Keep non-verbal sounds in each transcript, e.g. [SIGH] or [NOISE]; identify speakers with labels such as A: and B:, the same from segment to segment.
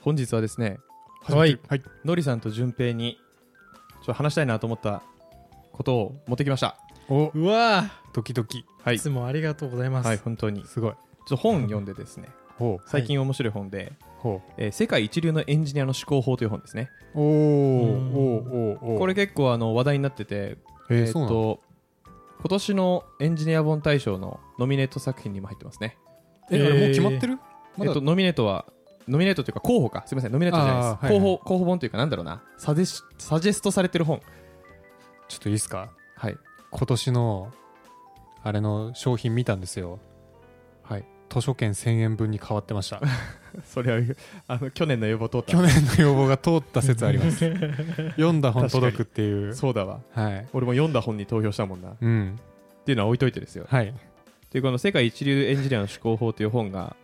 A: 本日はですね
B: はい
C: はい
A: のりさんと順平にちょっと話したいなと思ったことを持ってきました
C: お
B: うわー
C: ドキドキ
A: はい
B: いつもありがとうございます、
A: はい本当にちょ
C: すごい
A: っと本読んでですね
C: ほ
A: 最近面白い本で、
C: うほ
A: えー世界一流のエンジニアの思考法」という本ですね
C: うおお
B: うん
C: おおお
A: これ結構あの話題になっててえ
C: えー、
A: ーっ
C: そうなんだ
A: と今年のエンジニア本大賞のノミネート作品にも入ってますね
C: えあれもう決まってる
A: え
C: ま
A: っ
C: だ
A: と、ノミネートは、ノミネートというか候補か、すみません、ノミネートじゃないです。
C: あーはいはい
A: 候補候補本というか、なんだろうな、サジェスサジェストされてる本。
C: ちょっといいですか
A: はい。
C: 今年のあれの商品見たんですよ
A: はい。
C: 図書券1000円分に変わってま [LAUGHS] した
A: それは、あの、去年の予防通った。
C: 去年の要望が通った説あり [LAUGHS] ます読んだ本
A: 確かに
C: 届くっていう
A: そうだわ。
C: はい
A: 俺も読んだ本に投票したもんな。っ
C: うん
A: ていうのは置いといてですよ。
C: はい
A: で、この世界一流エンジニアの思考法という本が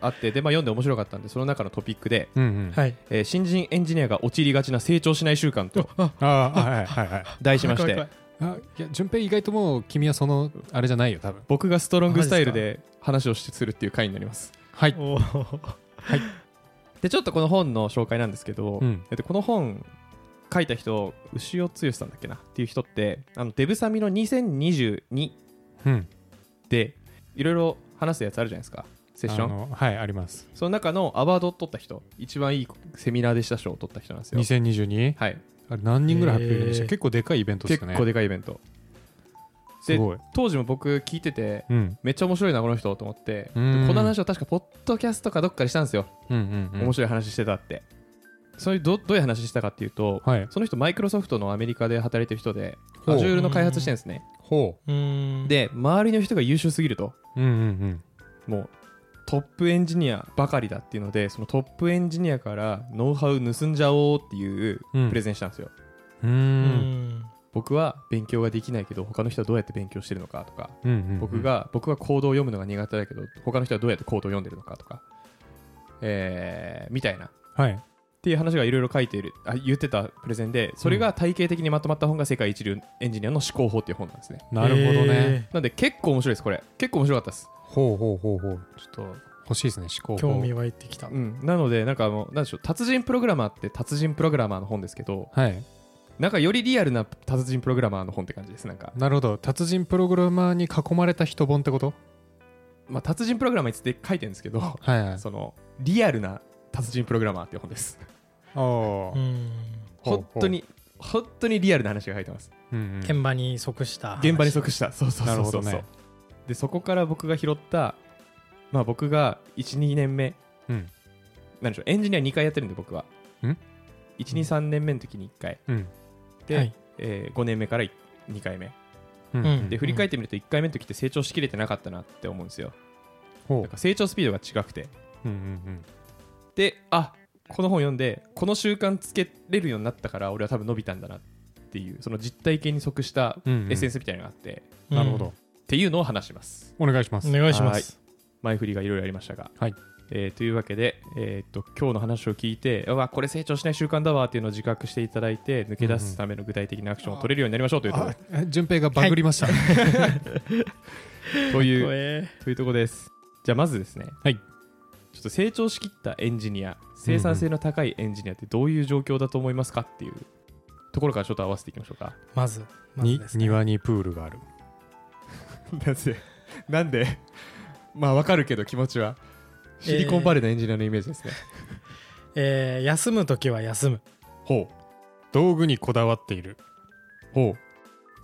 A: あって、で、まあ読んで面白かったんで、その中のトピックで、
C: うんうん
B: はい
A: えー新人エンジニアが陥りがちな成長しない習慣と
B: [LAUGHS] あ
C: ああはいはいはい
A: 題しまし
B: 怖
A: て
B: い、
C: あいや順平意外ともう君はそのあれじゃないよ多分
A: 僕がストロングスタイルで話をするっていう回になります。
C: はい
B: 怖い怖いおー
A: でちょっとこの本の紹介なんですけど、
C: うん
A: えっと、この本書いた人牛尾剛さんだっけなっていう人ってあのデブサミの2022
C: うん
A: でいろいろ話すやつあるじゃないですかセッショ
C: あ
A: ン
C: のはいあります
A: その中のアワードを取った人一番いいセミナーでした賞を取った人なんですよ、
C: 2022
A: はい、
C: あれ何人ぐらい発表でした
B: へー
C: 結構でかいイベントです
A: 結
C: よね
A: 構でかいイベント
C: すごい
A: 当時も僕聞いてて
C: うん
A: めっちゃ面白いなこの人と思ってでこ
C: うん
A: の話を確かポッドキャストかどっかでしたんですよ、
C: うんうんうん
A: 面白い話してたってそういうどどういう話したかっていうと、
C: はい
A: その人マイクロソフトのアメリカで働いてる人で
C: ほう
A: Azure の開発してるんですね
C: ほ
B: うーん
A: で周りの人が優秀すぎると
C: ううんうん
A: もうトップエンジニアばかりだっていうのでそのトップエンジニアからノウハウ盗んじゃおうっていう
C: うん
A: プレゼンしたんですよ、
C: う
B: うんん
A: 僕は勉強ができないけど他の人はどうやって勉強してるのかとか
C: うんうん
A: 僕が僕はコードを読むのが苦手だけど他の人はどうやってコードを読んでるのかとかえー、みたいなっ
C: はい
A: ていう話がいろいろ書いているあ言ってたプレゼンでそれが体系的にまとまった本が「世界一流エンジニアの思考法」っていう本なんですね
C: なるほどね
B: え
A: なんで結構面白いですこれ結構面白かったです
C: ほうほうほうほうちょっと欲しいですね思
B: ー
C: 考
B: 興
C: 法
B: 味湧いてきた
A: うん、なのでなんかもうなんでしょう達人プログラマーって達人プログラマーの本ですけど
C: はい
A: なんかよりリアルな達人プログラマーの本って感じですなんか、
C: なるほど達人プログラマーに囲まれた人本ってこと
A: まあ、達人プログラマーについて書いてるんですけど
C: はいはい
A: そのリアルな達人プログラマーっていう本です
C: お
B: う
C: ー
B: ん
C: ほうほう
A: 本当に本当にリアルな話が書いてます
C: うんうん
B: 現場に即した
A: 現場に即したそうそうそうそうそう、
C: なるほどね
A: でそこから僕が拾ったまあ僕が12年目
C: うん
A: なんでしょうエンジニア2回やってるんで僕は
C: ん
A: 123年目の時に1回
C: うん
A: で、
B: はい
A: え5年目から2回目
C: うんう
B: う
C: ん
B: ん
A: で振り返ってみると1回目の時って成長しきれてなかったなって思うんですよ
C: ほ
A: なんか成長スピードが違くて
C: ううんうん
A: であこの本読んでこの習慣つけれるようになったから俺は多分伸びたんだなっていうその実体験に即した
C: うんうん
A: エッセンスみたいなのがあって、
C: うんなるほど
A: っていうのを話します
C: お願いしま
B: お
C: す
B: 願いします
A: 前振りがいろいろありましたが、
C: はい
A: えーというわけで、えーっと今日の話を聞いてうわこれ成長しない習慣だわっていうのを自覚していただいて抜け出すための具体的なアクションを取れるようになりましょうというところ
C: あえ順平がバグりました
A: という
B: 怖え
A: というとこですじゃあまずですね
C: はい
A: ちょっと成長しきったエンジニア生産性の高いエンジニアってどういう状況だと思いますかっていうところからちょっと合わせていきましょうか
B: まずまず
C: に
B: ですね
C: 庭にプールがある
A: [LAUGHS] なぜなんでまあわかるけど気持ちはシリコンバレーのエンジニアのイメージですね、
B: えー休む時は休む
A: ほ
C: 道具にこだわっている
A: うほう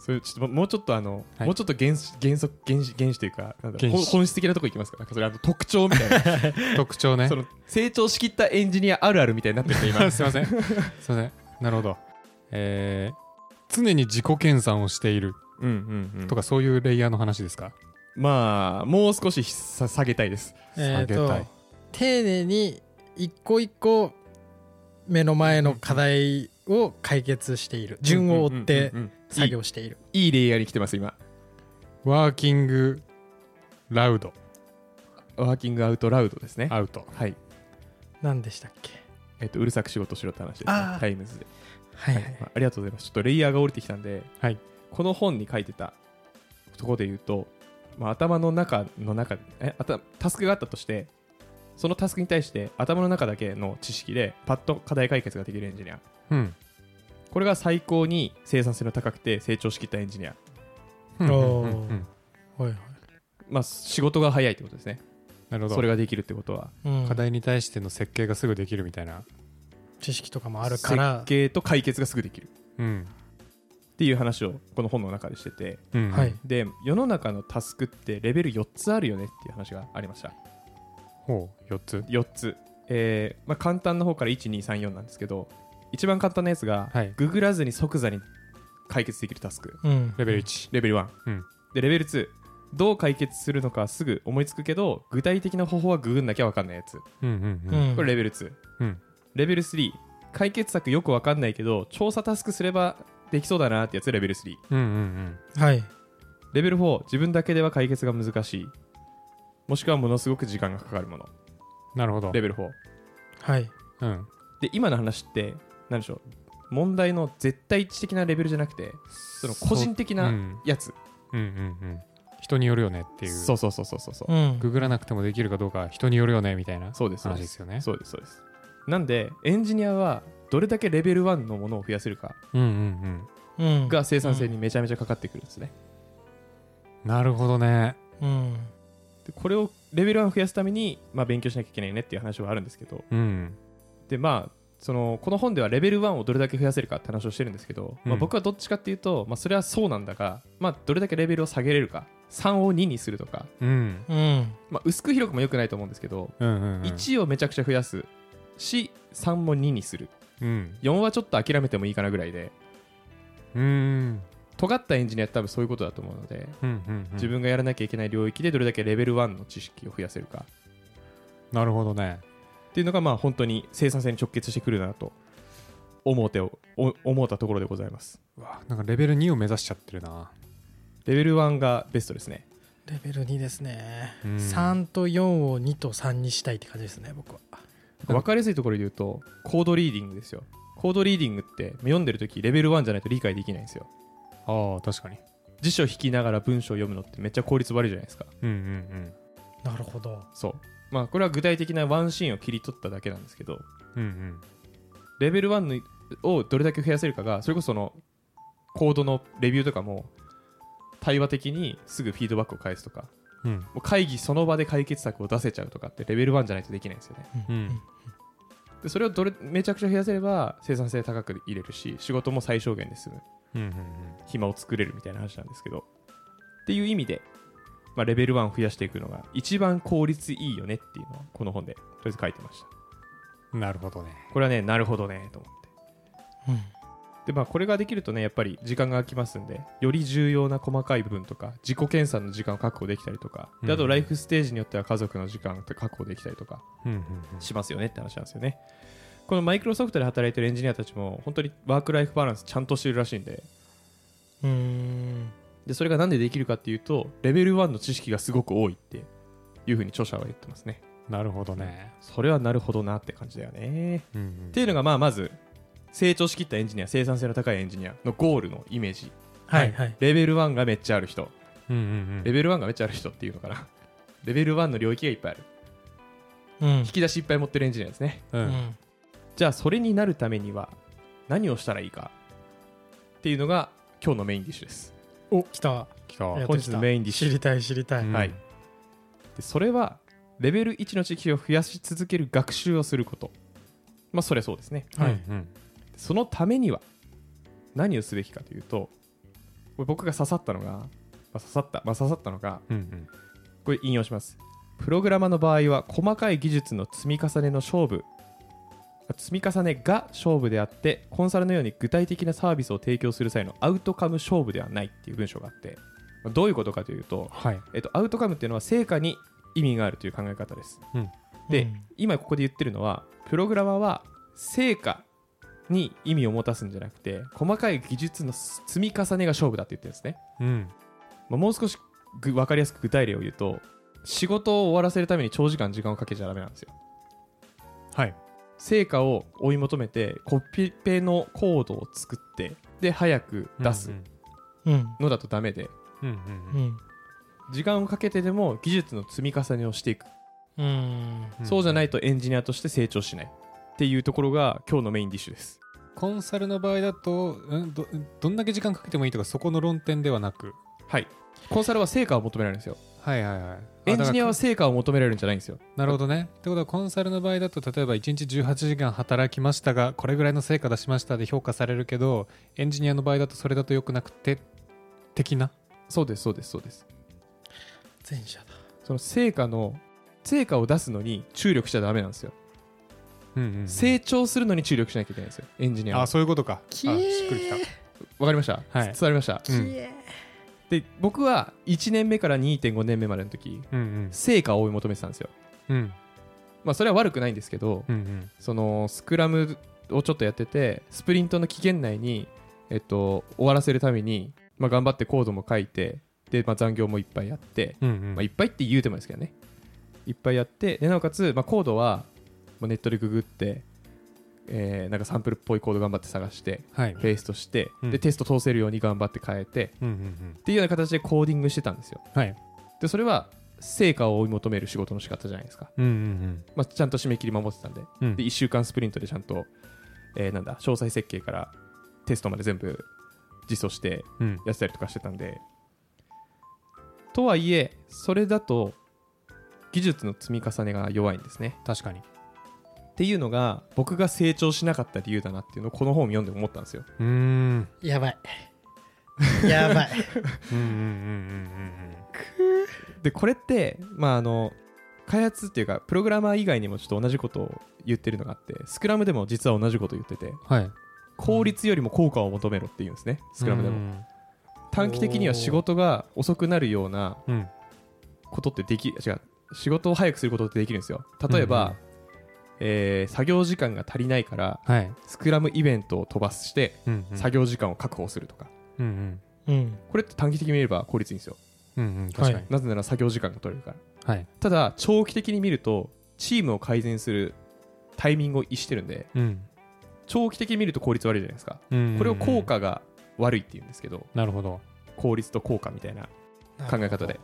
A: それちょっとももうちょっとあの、
C: はい
A: もうちょっと原始原則原始原始というかなんだろう
C: 原
A: ほん
C: 始
A: 本質的なとこいきますかなんかそれあの特徴みたい [LAUGHS] な
C: 特徴ね
A: その成長しきったエンジニアあるあるみたいになってるね今 [LAUGHS]
C: すいません。 [LAUGHS] すいません。なるほど。えー常に自己研鑽をしている
A: うんうん、うん
C: とか、そういうレイヤーの話ですか
A: まあもう少しさ下げたいです
B: えー、
C: 下げた
B: と
C: い
B: 丁寧に一個一個目の前の課題を解決している順を追って
A: うんうんうんうん
B: 作業している
A: いいいいレイヤーに来てます今
C: ワーキングラウド
A: ワーキングアウトラウドですね
C: アウト。
A: はい
B: 何でしたっけ
A: えっ、とうるさく仕事しろって話です、
B: あ
A: ね
B: ー、
A: タイムズで、
B: はいはい、
A: はいまあありがとうございますちょっとレイヤーが降りてきたんで、
C: はい
A: この本に書いてたところで言うと、まあ、頭の中の中えあたタスクがあったとしてそのタスクに対して頭の中だけの知識でパッと課題解決ができるエンジニア
C: うん。
A: これが最高に生産性の高くて成長しきったエンジニア
C: うん
B: おー
C: うんうん
B: はいはい
A: まあ仕事が早いってことですね
C: なるほど。
A: それができるってことは
B: うん
C: 課題に対しての設計がすぐできるみたいな。
B: 知識とかもあるから
A: 設計と解決がすぐできる
C: うん。
A: っていう話をこの本の中でしてて
C: うん
B: はい。
A: で世の中のタスクってレベル4つあるよねっていう話がありました
C: ほう、4つ。
A: 4つ、えーまあ、簡単な方から1234なんですけど一番簡単なやつが、
C: はい
A: ググらずに即座に解決できるタスク
B: うん
C: レベル1。
A: レベル1、
C: うん
A: でレベル2どう解決するのかすぐ思いつくけど具体的な方法はググんなきゃ分かんないやつ
C: うんうんうん。
B: うん
A: これレベル2、
C: うん
A: レベル3解決策よく分かんないけど調査タスクすればできそうだなってやつレベル3
C: うんうん
B: はい
A: レベル4自分だけでは解決が難しいもしくはものすごく時間がかかるもの
C: うん。なるほど
A: レ。ベル4
B: はい
C: うん。
A: で今の話って何でしょう問題の絶対値的なレベルじゃなくてその個人的
C: う
A: なんやつ
C: うんうんうん。人によるよねっていう。
A: そうそうそうそうそうそう
B: うん
C: ググらなくてもできるかどうか人によるよねみたいな
A: そうですそう
C: 話
A: で
C: ですすよね。
A: そうですそうですなんでエンジニアはどれだけレベル1のものを増やせるか
C: うんうんうん。
B: うん
A: が生産性にめちゃめちゃかかってくるんですね、
C: なるほどね。
B: うん
A: でこれをレベル1増やすために、まあ、勉強しなきゃいけないねっていう話はあるんですけど
C: うん。
A: でまあそのこの本ではレベル1をどれだけ増やせるかって話をしてるんですけど、ま
C: う
A: あ、
C: ん
A: 僕はどっちかっていうと、まあ、それはそうなんだが、まあ、どれだけレベルを下げれるか3を2にするとか、
C: うん。
B: うん
A: まあ、薄く広くも良くないと思うんですけど、
C: うんうんうん。
A: 1をめちゃくちゃ増やすし3も2にする
C: うん。
A: 4はちょっと諦めてもいいかなぐらいで
C: うん。
A: 尖ったエンジニアって多分そういうことだと思うので、
C: うんうんうん。
A: 自分がやらなきゃいけない領域でどれだけレベル1の知識を増やせるか
C: なるほどね。
A: っていうのがまあ本当に生産性に直結してくるなと思うてをお思ったところでございます
C: うわなんかレベル2を目指しちゃってるな。
A: レベル1がベストですね
B: レベル2ですね
C: うん
B: 3と4を2と3にしたいって感じですね僕は
C: うん
A: 分かりやすいところで言うとコードリーディングですよコードリーディングって読んでるときレベル1じゃないと理解できないんですよ
C: ああ、確かに。
A: 辞書引きながら文章を読むのってめっちゃ効率悪いじゃないですか
C: うんうん
B: なるほど
A: そうまあこれは具体的なワンシーンを切り取っただけなんですけど
C: うん。うんうん。
A: レベル1のをどれだけ増やせるかがそれこそそのコードのレビューとかも対話的にすぐフィードバックを返すとか
C: うん。
A: もう会議その場で解決策を出せちゃうとかってレベル1じゃないとできないんですよね
C: うん。
A: でそれをどれめちゃくちゃ増やせれば生産性高く入れるし仕事も最小限で済む
C: うんうんうん。
A: 暇を作れるみたいな話なんですけどっていう意味で、まあ、レベル1を増やしていくのが一番効率いいよねっていうのはこの本でとりあえず書いてました
C: なるほどね。
A: これはねなるほどねと思って
B: うん
A: でまあこれができるとねやっぱり時間が空きますんでより重要な細かい部分とか自己検査の時間を確保できたりとかであ
C: う
A: と
C: ん
A: ライフステージによっては家族の時間って確保できたりとか
C: うんうんうん。
A: しますよねって話なんですよねこのマイクロソフトで働いてるエンジニアたちも本当にワークライフバランスちゃんとしてるらしいんで
B: うーん
A: でそれがなんでできるかっていうとレベル1の知識がすごく多いっていうふうに著者は言ってますね
C: なるほどね。
A: それはなるほどなって感じだよね
C: うんう
A: っ
C: ん
A: ていうのがまあまず成長しきったエンジニア生産性の高いエンジニアのゴールのイメージ
B: はいはい
A: レベル1がめっちゃある人
C: うんうんう
A: レ
C: ん。
A: ベル1がめっちゃある人っていうのかなレベル1の領域がいっぱいある
B: うん
A: 引き出しいっぱい持ってるエンジニアですね
C: う。
B: うんん
A: じゃあそれになるためには何をしたらいいかっていうのが今日のメインディッシュです
B: お来た
C: 来た。
B: やっ
A: 本
B: と
A: 日
B: 来
A: の
B: た
A: メインディッシ
B: 知
A: ュ
B: りたい知りたい
C: うん
A: はい。でそれはレベル1の知識を増やし続ける学習をすることまあそれはそうですね
B: は
C: はいい。うん
A: そのためには何をすべきかというとこれ僕が刺さったのが、まあ、刺さった、まあ、刺さったのが
C: うんうん。
A: これ引用しますプログラマーの場合は細かい技術の積み重ねの勝負積み重ねが勝負であってコンサルのように具体的なサービスを提供する際のアウトカム勝負ではないっていう文章があってまあどういうことかというと、
C: はい。
A: えっと、アウトカムっていうのは成果に意味があるという考え方ですで
B: うん
A: 今ここで言ってるのはプログラマーは成果に意味を持たすんじゃなくて細かい技術の積み重ねが勝負だって言ってるんですね
C: うん。
A: まあもう少しぐ分かりやすく具体例を言うと仕事を終わらせるために長時間時間をかけちゃダメなんですよ
C: はい。
A: 成果を追い求めてコピペのコードを作ってで早く出す
C: うん
B: うん
A: のだとダメで
C: うんうんう。
B: うんん
A: 時間をかけてでも技術の積み重ねをしていく
B: うん
A: そうじゃないいとエンジニアとして成長しないっていうところが今日のメインディッシュです
C: コンサルの場合だと、うん、どどんだけ時間かけてもいいとかそこの論点ではなく
A: はいコンサルは成果を求められるんですよ
C: はいはいはい
A: エンジニア
C: あ
A: は
C: だか
A: 成果を求められるんじゃないんですよ
C: らなるほどねってことはコンサルの場合だと例えば1日18時間働きましたがこれぐらいの成果出しましたで評価されるけどエンジニアの場合だとそれだと良くなくて的な
A: そうですそうですそうです
B: 前者だ
A: その成果の成果を出すのに注力しちゃダメなんですよ、
C: うんうんうん
A: 成長するのに注力しなきゃいけないんですよエンジニアは
C: あそういうことかあし
B: きえー
C: っくりきた
A: わかりました、
C: はい
A: 伝わりました
C: うん
B: え
A: で僕は1年目から2.5年目までの時
C: うんうん
A: 成果を追い求めてたんですよ
C: うん
A: まあそれは悪くないんですけど、
C: うんうん
A: そのスクラムをちょっとやっててスプリントの期限内に、えっと、終わらせるために、まあ、頑張ってコードも書いてで、まあ、残業もいっぱいやって、
C: うんうん
A: まあ、いっぱいって言うてもですけどねいっぱいやってでなおかつ、まあ、コードはもうネットでググって、えーなんかサンプルっぽいコード頑張って探して
C: はい
A: ペーストして、
C: うん
A: でテスト通せるように頑張って変えて
C: うんうんうん
A: っていうような形でコーディングしてたんですよ
C: はい
A: でそれは成果を追い求める仕事の仕方じゃないですか、
C: うんうん
A: まあ、ちゃんと締め切り守ってたんで
C: うんうん
A: で1週間スプリントでちゃんと、えーなんだ詳細設計からテストまで全部実装して
C: うん
A: やってたりとかしてたんでとはいえそれだと技術の積み重ねが弱いんですね
C: 確かに
A: っていうのが僕が成長しなかった理由だなっていうのをこの本を読んで思ったんですよ
C: うーん
B: やばいやばい
C: うんうんうんうん
A: でこれってまああの開発っていうかプログラマー以外にもちょっと同じことを言ってるのがあってスクラムでも実は同じこと言ってて
C: うんはい
A: 効率よりも効果を求めろっていうんですねスクラムでも
C: も
A: 短期的には仕事が遅くなるような
C: うん
A: ことってでき違う仕事を早くすることってできるんですよ例えば、
C: うんうん
A: えー作業時間が足りないから
C: はい
A: スクラムイベントを飛ばして
C: うんうん
A: 作業時間を確保するとか、
C: うんうん
B: うん
A: これって短期的に見れば効率いいんですよ
C: うんうん確かに
A: なぜなら作業時間が取れるから
C: はい
A: ただ長期的に見るとチームを改善するタイミングを逸してるんで
C: うん
A: 長期的に見ると効率悪いじゃないですか
C: うんうんうん
A: これを効果が悪いって言うんですけど
C: なるほど
A: 効率と効果みたいな考え方で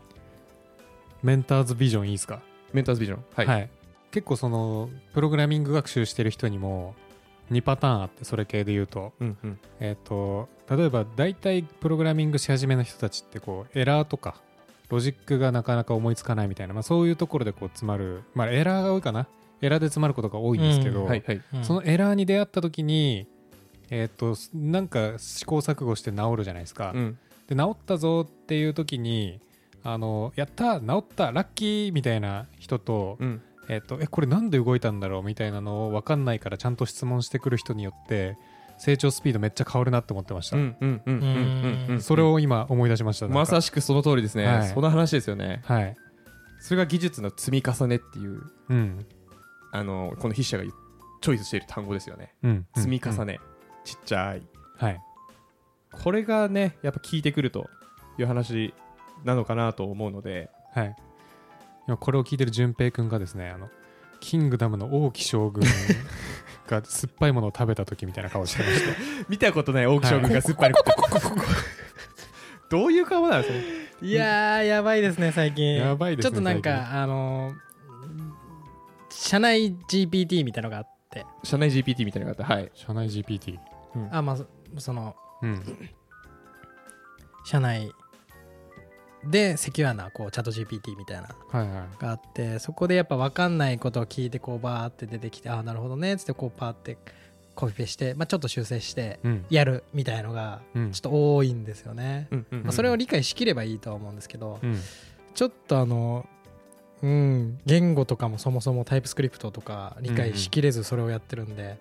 C: メンターズビジョンいいですか
A: メンターズビジョンはい、
C: はい結構そのプログラミング学習してる人にも2パターンあってそれ系で言うと
A: うんうん
C: えっ、と例えば大体プログラミングし始めの人たちってこうエラーとかロジックがなかなか思いつかないみたいな、まあ、そういうところでこう詰まる、まあ、エラーが多いかなエラーで詰まることが多いんですけど、
B: うん
A: はいはい
B: うん
C: そのエラーに出会った時にえっ、となんか試行錯誤して治るじゃないですか、
A: うん
C: で治ったぞっていう時にあのやった治ったラッキーみたいな人と
A: うん
C: えっと、えこれなんで動いたんだろうみたいなのを分かんないからちゃんと質問してくる人によって成長スピードめっちゃ変わるなって思ってました、
A: うんうんうんうんうんうん
C: それを今思い出しましたなんか
A: まさしくその通りですね、
C: はい
A: その話ですよね
C: はい、
A: それが技術の積み重ねっていう
C: うん
A: あのこの筆者がチョイスしている単語ですよね
C: うん、
A: 積み重
C: ね、
A: ね、ちっちゃい
C: はい
A: これがねやっぱ効いてくるという話なのかなと思うので
C: はい今これを聞いてる淳平君がですねあのキングダムの王毅将軍
B: [LAUGHS]
C: が酸っぱいものを食べた時みたいな顔してました
A: 見たことない大木将軍が酸っぱいの食ってどういう顔なんですか
B: いやーやばいですね最近
C: やばいですね
B: ちょっとなん
C: 最
B: かあのー社内 GPT みたいのがあって
A: 社内 GPT みたいな方はい
C: 社内 GPT
B: あまあそその
C: うん
B: 社内でセキュアなこうチャット GPT みたいなの
C: はいはい
B: があってそこでやっぱ分かんないことを聞いてこうバーって出てきてああなるほどねっつってこうパーってコピペして、まあ、ちょっと修正して
C: うん
B: やるみたいのが
C: うん
B: ちょっと多いんですよね、
A: うんうん
B: まあ、それを理解しきればいいとは思うんですけど、
C: うん
B: ちょっとあのうん言語とかもそもそもタイプスクリプトとか理解しきれずそれをやってるんで、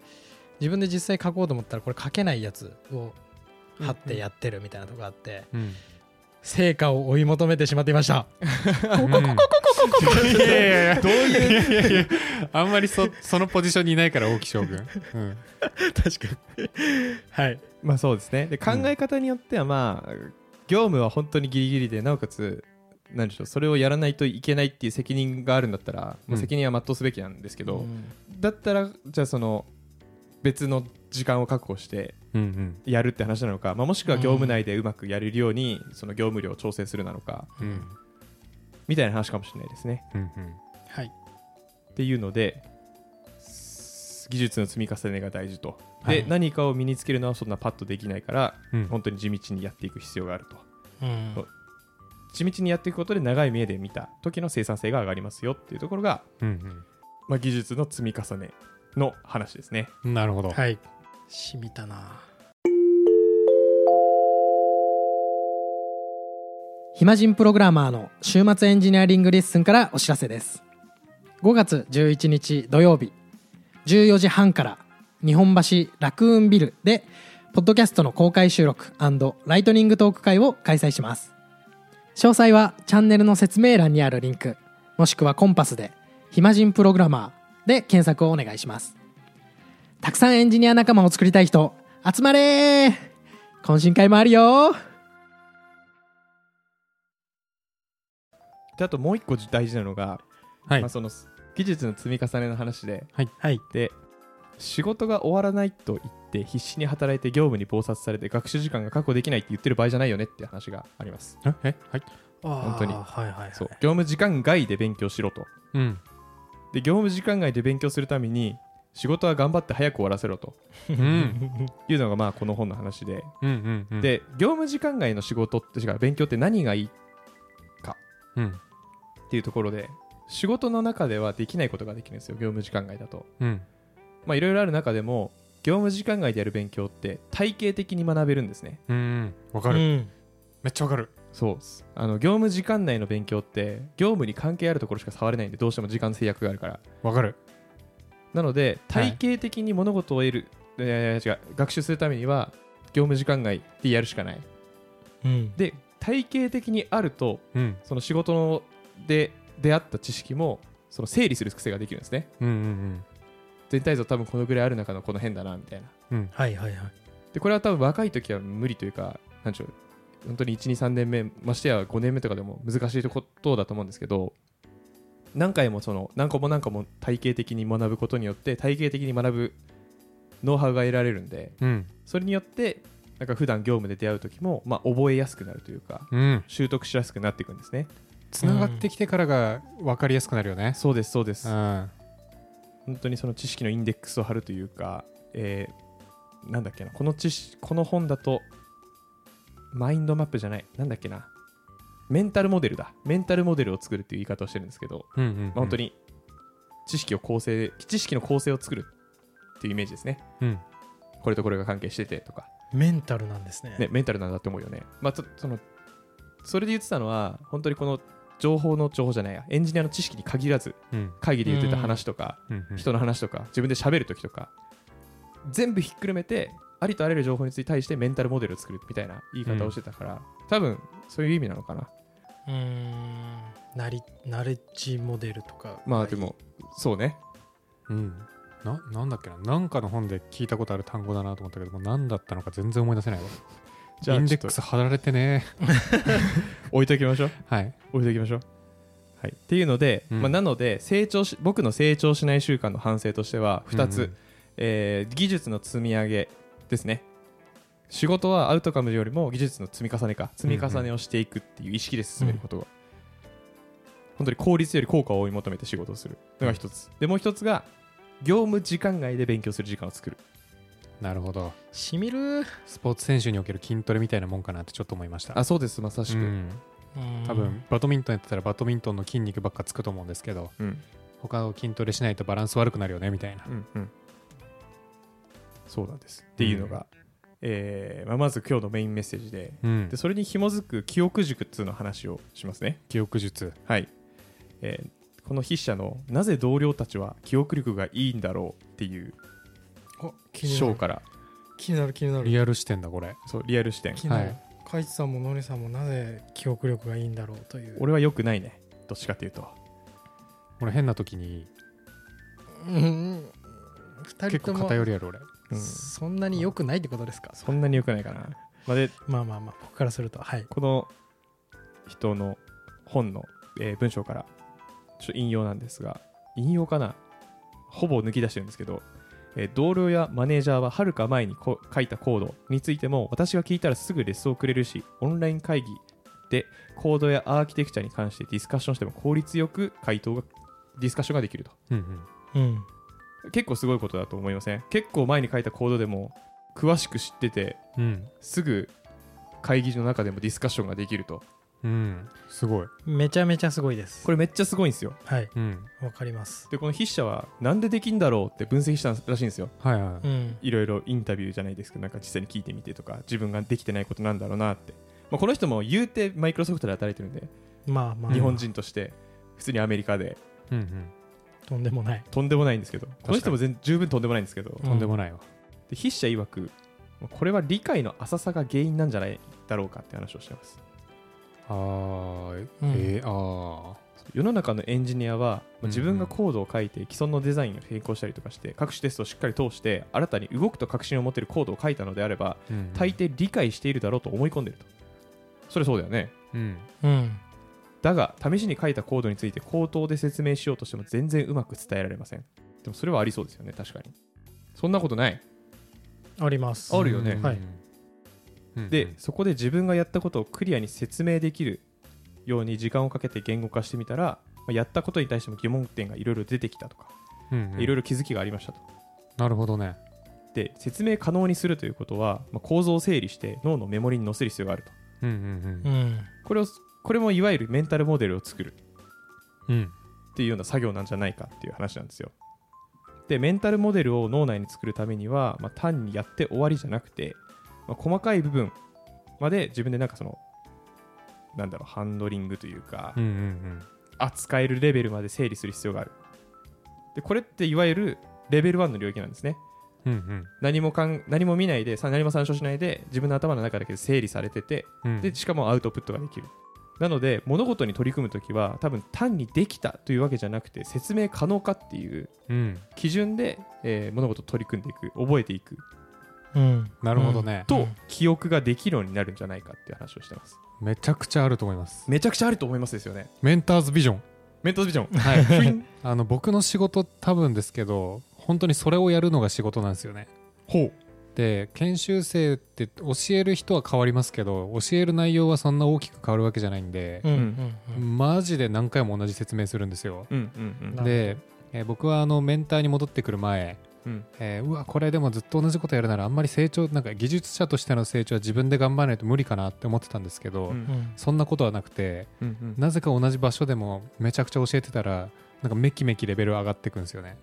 B: 自分で実際書こうと思ったらこれ書けないやつを貼ってやってるみたいなとこがあって、
C: うん
B: 成果を追い求めてしまっていました
C: いやいやどういういやいやいやあんまりそ [LAUGHS] そのポジションにいないから王毅将軍、うん、
B: [LAUGHS] 確かにはい
A: まあそうですねで考え方によってはまあ、業務は本当にギリギリでなおかつなんでしょうそれをやらないといけないっていう責任があるんだったら、
C: うん
A: まあ責任は全うすべきなんですけど、だったらじゃあその別の時間を確保して
C: うんうん
A: やるって話なのか、まあ、もしくは業務内でうまくやれるように、その業務量を調整するなのか
C: うん
A: みたいな話かもしれないですね
C: うんうん
B: はい
A: っていうので s- 技術の積み重ねが大事と、
C: はい
A: で何かを身につけるのはそんなパッとできないから
C: うん
A: 本当に地道にやっていく必要があると
B: うん
A: そう地道にやっていくことで長い目で見た時の生産性が上がりますよっていうところが、
C: うん
A: まあ、技術の積み重ねの話ですね
C: うんなるほど、
B: はいしみたな暇人プログラマーの週末エンジニアリングレッスンからお知らせです5月11日土曜日14時半から日本橋ラクーンビルでポッドキャストの公開収録ライトニングトーク会を開催します詳細はチャンネルの説明欄にあるリンクもしくはコンパスで「暇人プログラマー」で検索をお願いしますたくさんエンジニア仲間を作りたい人集まれー懇親会もあるよー
A: であともう一個大事なのが、
C: はい
A: まあ、その技術の積み重ねの話で
B: はい
A: で仕事が終わらないと言って必死に働いて業務に忙殺されて学習時間が確保できないって言ってる場合じゃないよねって話があります
C: ええはい
B: 本
A: 当に
B: はいはい、はい、
A: そう業務時間外で勉強しろと
C: うん
A: で業務時間外で勉強するために仕事は頑張って早く終わらせろと
C: うん
A: いうのがまあこの本の話で、
C: うんうんうん、
A: で業務時間外の仕事って違う勉強って何がいい
C: うん
A: っていうところで仕事の中ではできないことができるんですよ業務時間外だと
C: うん
A: まあいろいろある中でも業務時間外でやる勉強って体系的に学べるんですね
C: うんうんわかる、
B: うん
C: めっちゃわかる
A: そうあの業務時間内の勉強って業務に関係あるところしか触れないんでどうしても時間制約があるから
C: わかる
A: なので
C: はい
A: 体系的に物事を得る、いやいやいや違う学習するためには業務時間外でやるしかない
B: うん
A: で体系的にあると
C: うん
A: その仕事ので出会った知識もその整理する癖ができるんですね
C: うんうん
A: 全体像多分このぐらいある中のこの辺だなみたいな
C: うんうん
B: はいはいはい
A: でこれは多分若い時は無理というか何でしょう本当に123年目ましてや5年目とかでも難しいことだと思うんですけど何回もその何個も何個も体系的に学ぶことによって体系的に学ぶノウハウが得られるんで
C: うん
A: それによってなんか普段業務で出会う時も、まあ、覚えやすくなるというか
C: うん
A: 習得しやすくなっていくんですね
C: つながってきてからがわかりやすくなるよね
A: そうですそうです
C: うん
A: 本当にその知識のインデックスを張るというか、えーなんだっけなこの知識この本だとマインドマップじゃないなんだっけなメンタルモデルだメンタルモデルを作るっていう言い方をしてるんですけど、
C: うんうんうん
A: まあ本当に知識を構成知識の構成を作るっていうイメージですね
C: うん
A: これとこれが関係しててとか、
B: メンタルなんですね
A: ね、メンタルなんだって思うよねまあちょそのそれで言ってたのは本当にこの情報の情報じゃないやエンジニアの知識に限らず
C: うん
A: 会議で言ってた話とか、
C: うんうん
A: 人の話とか自分で喋るときとか全部ひっくるめてありとあらゆる情報について対してメンタルモデルを作るみたいな言い方をしてたから、多分そういう意味なのかな
B: うーんなりナレッジモデルとか
A: まあでもそうね
C: うんななんだっけななんかの本で聞いたことある単語だなと思ったけどもう何だったのか全然思い出せないわ
A: じゃ
C: イ
A: あ
C: ン
A: ち
C: デ
A: ょっ
C: ッ
A: と
C: クス貼られてね
A: 置いときましょう
C: [LAUGHS] はい
A: 置いときましょうはいっていうので、
C: うん
A: まあ、なので成長し僕の成長しない習慣の反省としては2つ、
C: うん
A: えー技術の積み上げですね仕事はアウトカムよりも技術の積み重ねか積み重ねをしていくっていう意識で進めることが、本当に効率より効果を追い求めて仕事をするのが一つでもう一つが業務時間外で勉強する時間を作る
C: なるほど
B: しみる
C: スポーツ選手における筋トレみたいなもんかなってちょっと思いました
A: あそうですまさしく、
C: うん多分バドミントンやってたらバドミントンの筋肉ばっかつくと思うんですけど
A: うん
C: 他の筋トレしないとバランス悪くなるよねみたいな
A: うんうんそうなんですっていうのが、えーまあ、まず今日のメインメッセージで
C: うん
A: でそれに紐づく記憶塾っつうの話をしますね
C: 記憶術
A: はい、えーこの筆者の「なぜ同僚たちは記憶力がいいんだろう?」っていう
B: あ気にな
A: 章
B: る
A: から
B: 気になる気になる
C: リアル視点だこれ
A: そうリアル視点
B: 気になる
C: はい
B: カイチさんもノリさんもなぜ記憶力がいいんだろうという
A: 俺は良くないねどっちかっていうと
C: 俺変な時に
B: うん二人
C: 結
B: と
C: 構
B: も
C: 偏りある俺
A: うん
B: そんなに良くないってことですか
A: そんなに良くないかな、まあ、で
B: まあまあまあ僕からするとはい
A: この人の本の、えー文章からちょっと引用なんですが引用かなほぼ抜き出してるんですけど、えー同僚やマネージャーははるか前にこ書いたコードについても私が聞いたらすぐレスをくれるしオンライン会議でコードやアーキテクチャに関してディスカッションしても効率よく回答がディスカッションができると
C: うんうん
B: うん
A: 結構すごいことだと思いません結構前に書いたコードでも詳しく知ってて
C: うん
A: すぐ会議の中でもディスカッションができると
C: うんすごい
B: めちゃめちゃすごいです
A: これめっちゃすごいんですよ
B: はい
C: うん
B: わかります
A: でこの筆者はなんでできんだろうって分析したらしいんですよ
C: はいは
B: うん
A: いろいろインタビューじゃないですけどなんか実際に聞いてみてとか自分ができてないことなんだろうなって、まあ、この人も言うてマイクロソフトで働いてるんで
B: まあまあ
A: 日本人として普通にアメリカで
C: いうんうん
B: とんでもない
A: とんでもないんですけどこの人も
C: 確
A: 全十分とんでもないんですけど
B: うん
C: とんでもないわ
A: で筆者曰くまあこれは理解の浅さが原因なんじゃないだろうかって話をしてます
C: あー
B: うん
C: えーあー
A: 世の中のエンジニアは、まあ
C: うん
A: 自分がコードを書いて既存のデザインを変更したりとかして各種テストをしっかり通して新たに動くと確信を持てるコードを書いたのであれば
C: うんうん
A: 大抵理解しているだろうと思い込んでいるとそれそうだよね
C: うん
B: うん
A: だが試しに書いたコードについて口頭で説明しようとしても全然うまく伝えられませんでもそれはありそうですよね確かにそんなことない
B: あります
A: あるよね
C: うん
B: はい
C: うん
A: でそこで自分がやったことをクリアに説明できるように時間をかけて言語化してみたら、まあやったことに対しても疑問点がいろいろ出てきたとか
C: うんうん
A: いろいろ気づきがありましたと
C: なるほどね
A: で説明可能にするということは、まあ構造を整理して脳のメモリに載せる必要があると
C: うんう
B: う
C: ん
B: ん
A: これをこれもいわゆるメンタルモデルを作る
C: うんうん
A: っていうような作業なんじゃないかっていう話なんですよ。でメンタルモデルを脳内に作るためには、まあ、単にやって終わりじゃなくて、まあ細かい部分まで自分でなんかそのなんだろうハンドリングというか、
C: うんうん
A: 扱えるレベルまで整理する必要がある。でこれっていわゆるレベル1の領域なんですね。
C: うんうん
A: 何もかん何も見ないでさ何も参照しないで自分の頭の中だけで整理されてて
C: うん
A: でしかもアウトプットができるなので物事に取り組む時は多分単にできたというわけじゃなくて説明可能かっていう
C: うん
A: 基準で、えー物事を取り組んでいく覚えていく
B: うん
C: なるほどね
A: と、
B: うん
A: 記憶ができるようになるんじゃないかっていう話をしてます
C: めちゃくちゃあると思います
A: めちゃくちゃあると思いますですよね
C: メンターズビジョン
A: メントズビジョンはいふいん
C: あの僕の仕事多分ですけど本当にそれをやるのが仕事なんですよね
A: ほう
C: で研修生って教える人は変わりますけど教える内容はそんな大きく変わるわけじゃないんで
B: う、んうん
C: マジで何回も同じ説明するんですよ
A: うんうん
B: な
C: で
B: る、
C: えー僕はあのメンターに戻ってくる前、
A: うん
C: えーうわこれでもずっと同じことやるならあんまり成長なんか技術者としての成長は自分で頑張らないと無理かなって思ってたんですけ
A: う
C: ど、
A: ん
B: うんうん
C: そんなことはなくて
A: うんうん
C: なぜか同じ場所でもめちゃくちゃ教えてたらなんかめきめきレベル上がっていくんですよね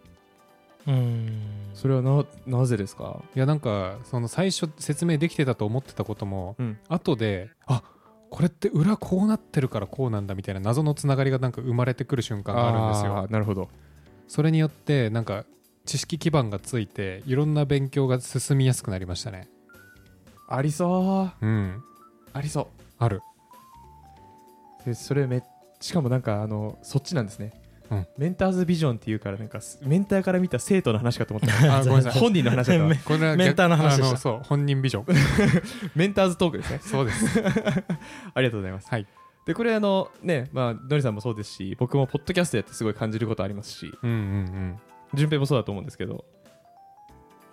B: うん
A: それはななぜですか
C: いやなんかその最初説明できてたと思ってたことも、
A: うん
C: 後であこれって裏こうなってるからこうなんだみたいな謎のつながりがなんか生まれてくる瞬間があるんですよ
A: あーなるほど
C: それによってなんか知識基盤がついていろんな勉強が進みやすくなりましたね
A: ありそう
C: うん
A: ありそう
C: ある
A: でそれめしかもなんかあのそっちなんですね、
C: うん
A: メンターズビジョンっていうからなんかすメンターから見た生徒の話かと思った
C: あごめんな
A: [LAUGHS]
C: さい
A: 本人の話だったわ [LAUGHS]
B: め
C: これは逆
B: メンターの話でした
C: あのそう本人ビジョン
A: メンターズトークですね
C: そうです
A: [LAUGHS] ありがとうございます
C: はい
A: でこれあのねまあのりさんもそうですし僕もポッドキャストやってすごい感じることありますし
C: うんうん
A: 順平もそうだと思うんですけど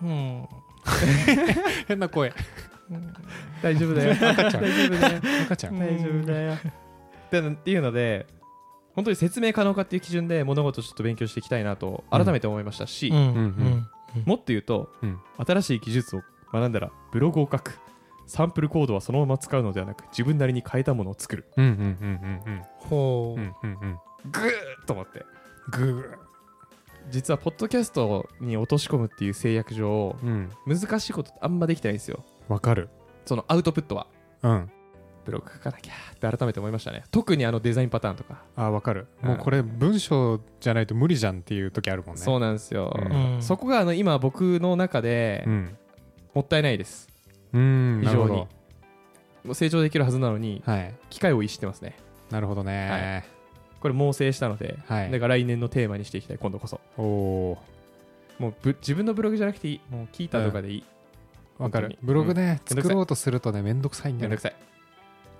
B: うん
C: うん変な声
A: 大丈夫 [LAUGHS] だよ
C: 赤ちゃん
A: 丈夫だよ
C: 赤ちゃん
A: 大丈夫だよでっていうので本当に説明可能かっていう基準で物事をちょっと勉強していきたいなと改めて思いましたし、
B: うん
C: う
B: うんん
A: もっと言うと、
C: うん
A: 新しい技術を学んだらブログを書くサンプルコードはそのまま使うのではなく自分なりに変えたものを作る
C: うんうんうんうん
B: ほ
C: うんうんうんうん
A: グーッと思って
C: グ
A: 実はポッドキャストに落とし込むっていう制約上
C: ーうん
A: 難しいことってあんまできてないんですよ
C: わかる
A: そのアウトプットは
C: うん
A: ブログ書かなきゃって改めて思いましたね特にあのデザインパターンとか、
C: あわかる
A: うん
C: もうこれ文章じゃないと無理じゃんっていう時あるもんね
A: そうなんですよ、
C: うん
B: うん
A: そこがあの今僕の中で
C: うん
A: もったいないです、
C: うん
A: 非
C: なる
A: 常
C: ほ
A: に
C: ど
A: もう成長できるはずなのに
C: はい
A: 機会を逸してますね
C: なるほどね
A: これ猛省したので、
C: はい
A: だから来年のテーマにしていきたい今度こそ
C: おおー
A: もうぶ自分のブログじゃなくていい。もう聞いたとかでいい。
C: わかる
A: 本当に
C: ブログね、
A: うんめんどくさい
C: 作ろうとするとねめんどくさいんだ
A: めんど
C: よね
A: くさい。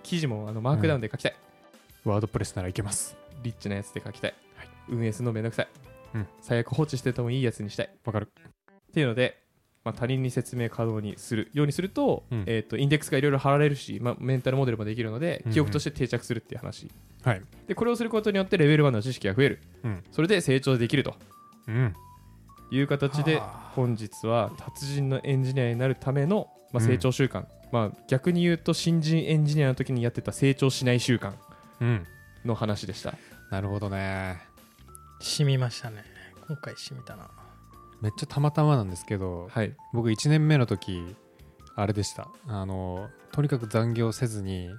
A: 記事もあのマークダウンで書きたい。
C: ワードプレスならいけます
A: リッチなやつで書きたい。運営するのめんどくさい。
C: うん
A: 最悪放置しててもいいやつにしたい。
C: わかる
A: っていうので、まあ、他人に説明可能にするようにすると、
C: うん
A: えっとインデックスがいろいろ貼られるし、まあ、メンタルモデルもできるので
C: うんうん
A: 記憶として定着するっていう話
C: はい。
A: でこれをすることによってレベル1の知識が増える
C: うん。
A: それで成長できると
C: うん。
A: いう形で
B: はあ
A: 本日は達人のエンジニアになるための、まあ、成長習慣、まあ、逆に言うと新人エンジニアの時にやってた成長しない習慣
C: うん。
A: の話でした
C: なるほどね。
B: 染みましたね今回染みたな
C: めっちゃたまたまなんですけど、
A: はい
C: 僕1年目の時あれでしたあのとにかく残業せずに、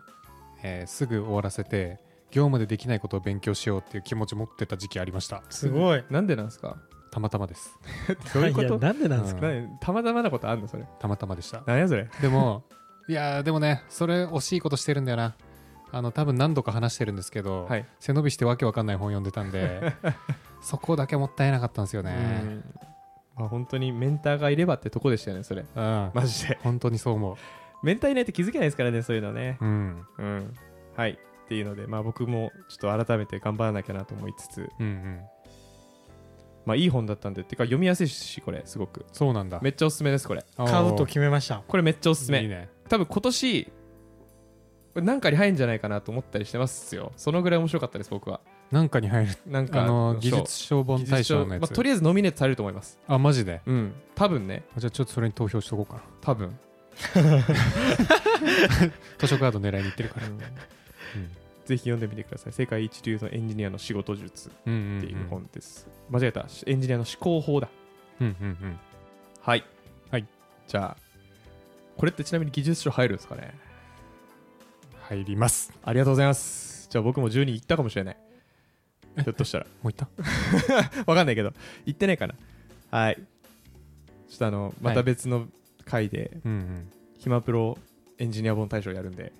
C: えーすぐ終わらせて業務でできないことを勉強しようっていう気持ち持ってた時期ありました
B: すごい
A: なんでなんですか
C: たまたまです
A: どういうこと
B: やなんでなんですか、
C: うん
A: 何たまたまなことあんのそれ
C: たまたまでした [LAUGHS]
A: 何やそれ
C: でもいやーでもねそれ惜しいことしてるんだよなあの多分何度か話してるんですけど、
A: はい
C: 背伸びしてわけわかんない本読んでたん
A: [LAUGHS]
C: でそこだけもったいなかったんですよ
A: う
C: ね
A: んまあ本当にメンターがいればってとこでしたよねそれ
C: うん、
A: マジで
C: 本当にそう思
A: メンターいないと気づけないですからねそういうのね
C: ううん
A: うんはいっていうのでまあ僕もちょっと改めて頑張らなきゃなと思いつつ
C: うんうん
A: まあいい本だったんでてか読みやすいしこれすごく
C: そうなんだ
A: めっちゃおすすめですこれ
B: 買うと決めました
A: これめっちゃおすすめ
C: いいね
A: 多分今年これなんかに入るんじゃないかなと思ったりしてますよそのぐらい面白かったです僕は
C: なんかに入る
A: なんか
C: あの技
A: そう
C: 術賞本
A: 技
C: 大
A: 術賞
C: 賞のや
A: まあ、
C: つ、
A: とりあえずノミネートされると思います
C: あマジで
A: うん多分ね
C: あじゃあちょっとそれに投票しとこうかな
A: 多分、
C: 図書カード狙いに行ってる
A: [LAUGHS]
C: から、
A: ぜひ読んでみてください世界一流のエンジニアの仕事術っ
C: うん、うん
A: ていう本です、間違えたエンジニアの思考法だ
C: うんうんうん
A: はい
C: はい
A: じゃあこれってちなみに技術書入るんですかね
C: 入ります
A: ありがとうございますじゃあ僕も10人いったかもしれないひょっとしたら
C: もういった
A: [LAUGHS] わかんないけど、言ってないかな。はい。ちょっとあの、また別の回で、
C: うんうん
A: ひまプロエンジニア本大賞やるんで、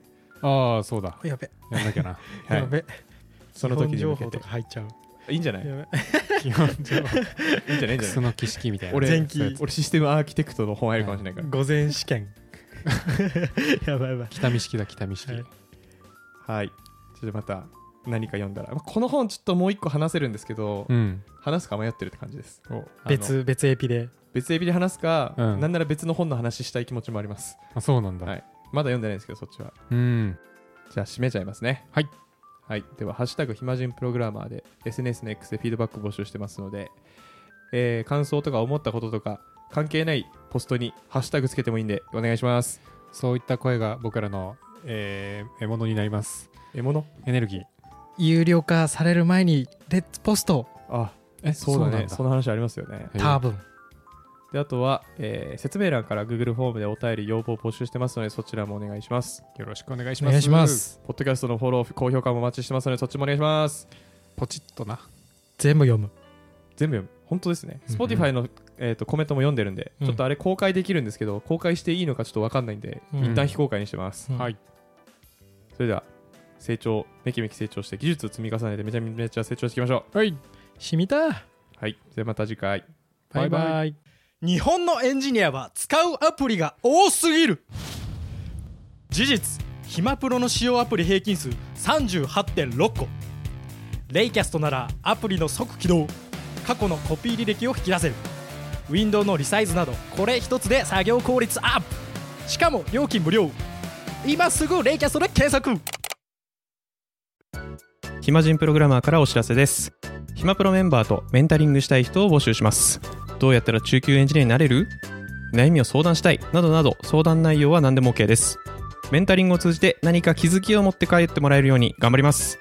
C: ああそうだ
B: やべ、
C: やんな
A: [LAUGHS]
C: きゃな
A: は
B: や
A: い、
B: べ
A: その時
B: 基
A: に
B: 本情
A: 向け
B: 報
A: て
B: とか。入っちゃう
A: いいんじゃないいいん
B: や
C: 基本情報
A: じゃないいいんじゃ
C: そ
A: ない
C: の儀式みたいな
A: 俺
B: 前期
C: そういうやつ
A: 俺システムアーキテクトの本あるかもしれないか
B: べ
A: ら。
B: 午前
A: [LAUGHS]
B: 試験やばいやばい
C: 北見式だ北見式、
B: はい
A: はい。ちょっとまた何か読んだら。まあこの本ちょっともう一個話せるんですけど、
C: うん
A: 話すか迷ってるって感じです。あの
B: 別別エピで
A: 別エビで話すか、
C: うん
A: なんなら別の本の話したい気持ちもあります。
C: あそうなんだ、
A: はいまだ読んでないんですけど、そっちは。
C: うん
A: じゃあ締めちゃいますね。
C: はい。
A: はい、では、ハッシュタグ暇人プログラマーで SNS の X でフィードバック募集してますので、えー感想とか思ったこととか関係ないポストにハッシュタグつけてもいいんでお願いします。
C: そういった声が僕らの、えー獲物になります
A: 獲物
C: エネルギー
B: 有料化される前にレッツポスト
A: あ
C: え
A: そうだねそ
C: そ
A: の話ありますよね。
B: 多分
A: であとは、えー説明欄から Google フォームでお便り要望を募集してますのでそちらもお願いします。
C: よろしくお願いし
B: お
C: ます
B: 願いします
A: ポッドキャストのフォロー、高評価もお待ちしてますのでそっちもお願いします。
C: ポチッとな
B: 全部読む
A: 全部読む本当ですね。
C: うん
A: Spotify の、えー、とコメントも読んでるんで、
B: うん
A: ちょっとあれ公開できるんですけど、公開していいのかちょっと分かんないんで、
B: うん
A: 一旦非公開にしてます。
B: うん
C: はい
A: それでは、成長、めきめき成長して、技術を積み重ねて、めちゃめちゃ成長していきましょ
C: はい
B: しみた
A: う。はい。それではまた次回。
C: バイバイ
B: イ日本のエンジニアは使うアプリが多すぎる事実ヒマプロの使用アプリ平均数38.6個レイキャストならアプリの即起動過去のコピー履歴を引き出せる Windows のリサイズなどこれ一つで作業効率アップしかも料金無料今すぐレイキャストで検索
A: 暇人プログラマーからお知らせです。暇プロメンバーとメンタリングしたい人を募集します。どうやったら中級エンジニアになれる悩みを相談したいなどなど相談内容は何でも OK です。メンタリングを通じて何か気づきを持って帰ってもらえるように頑張ります。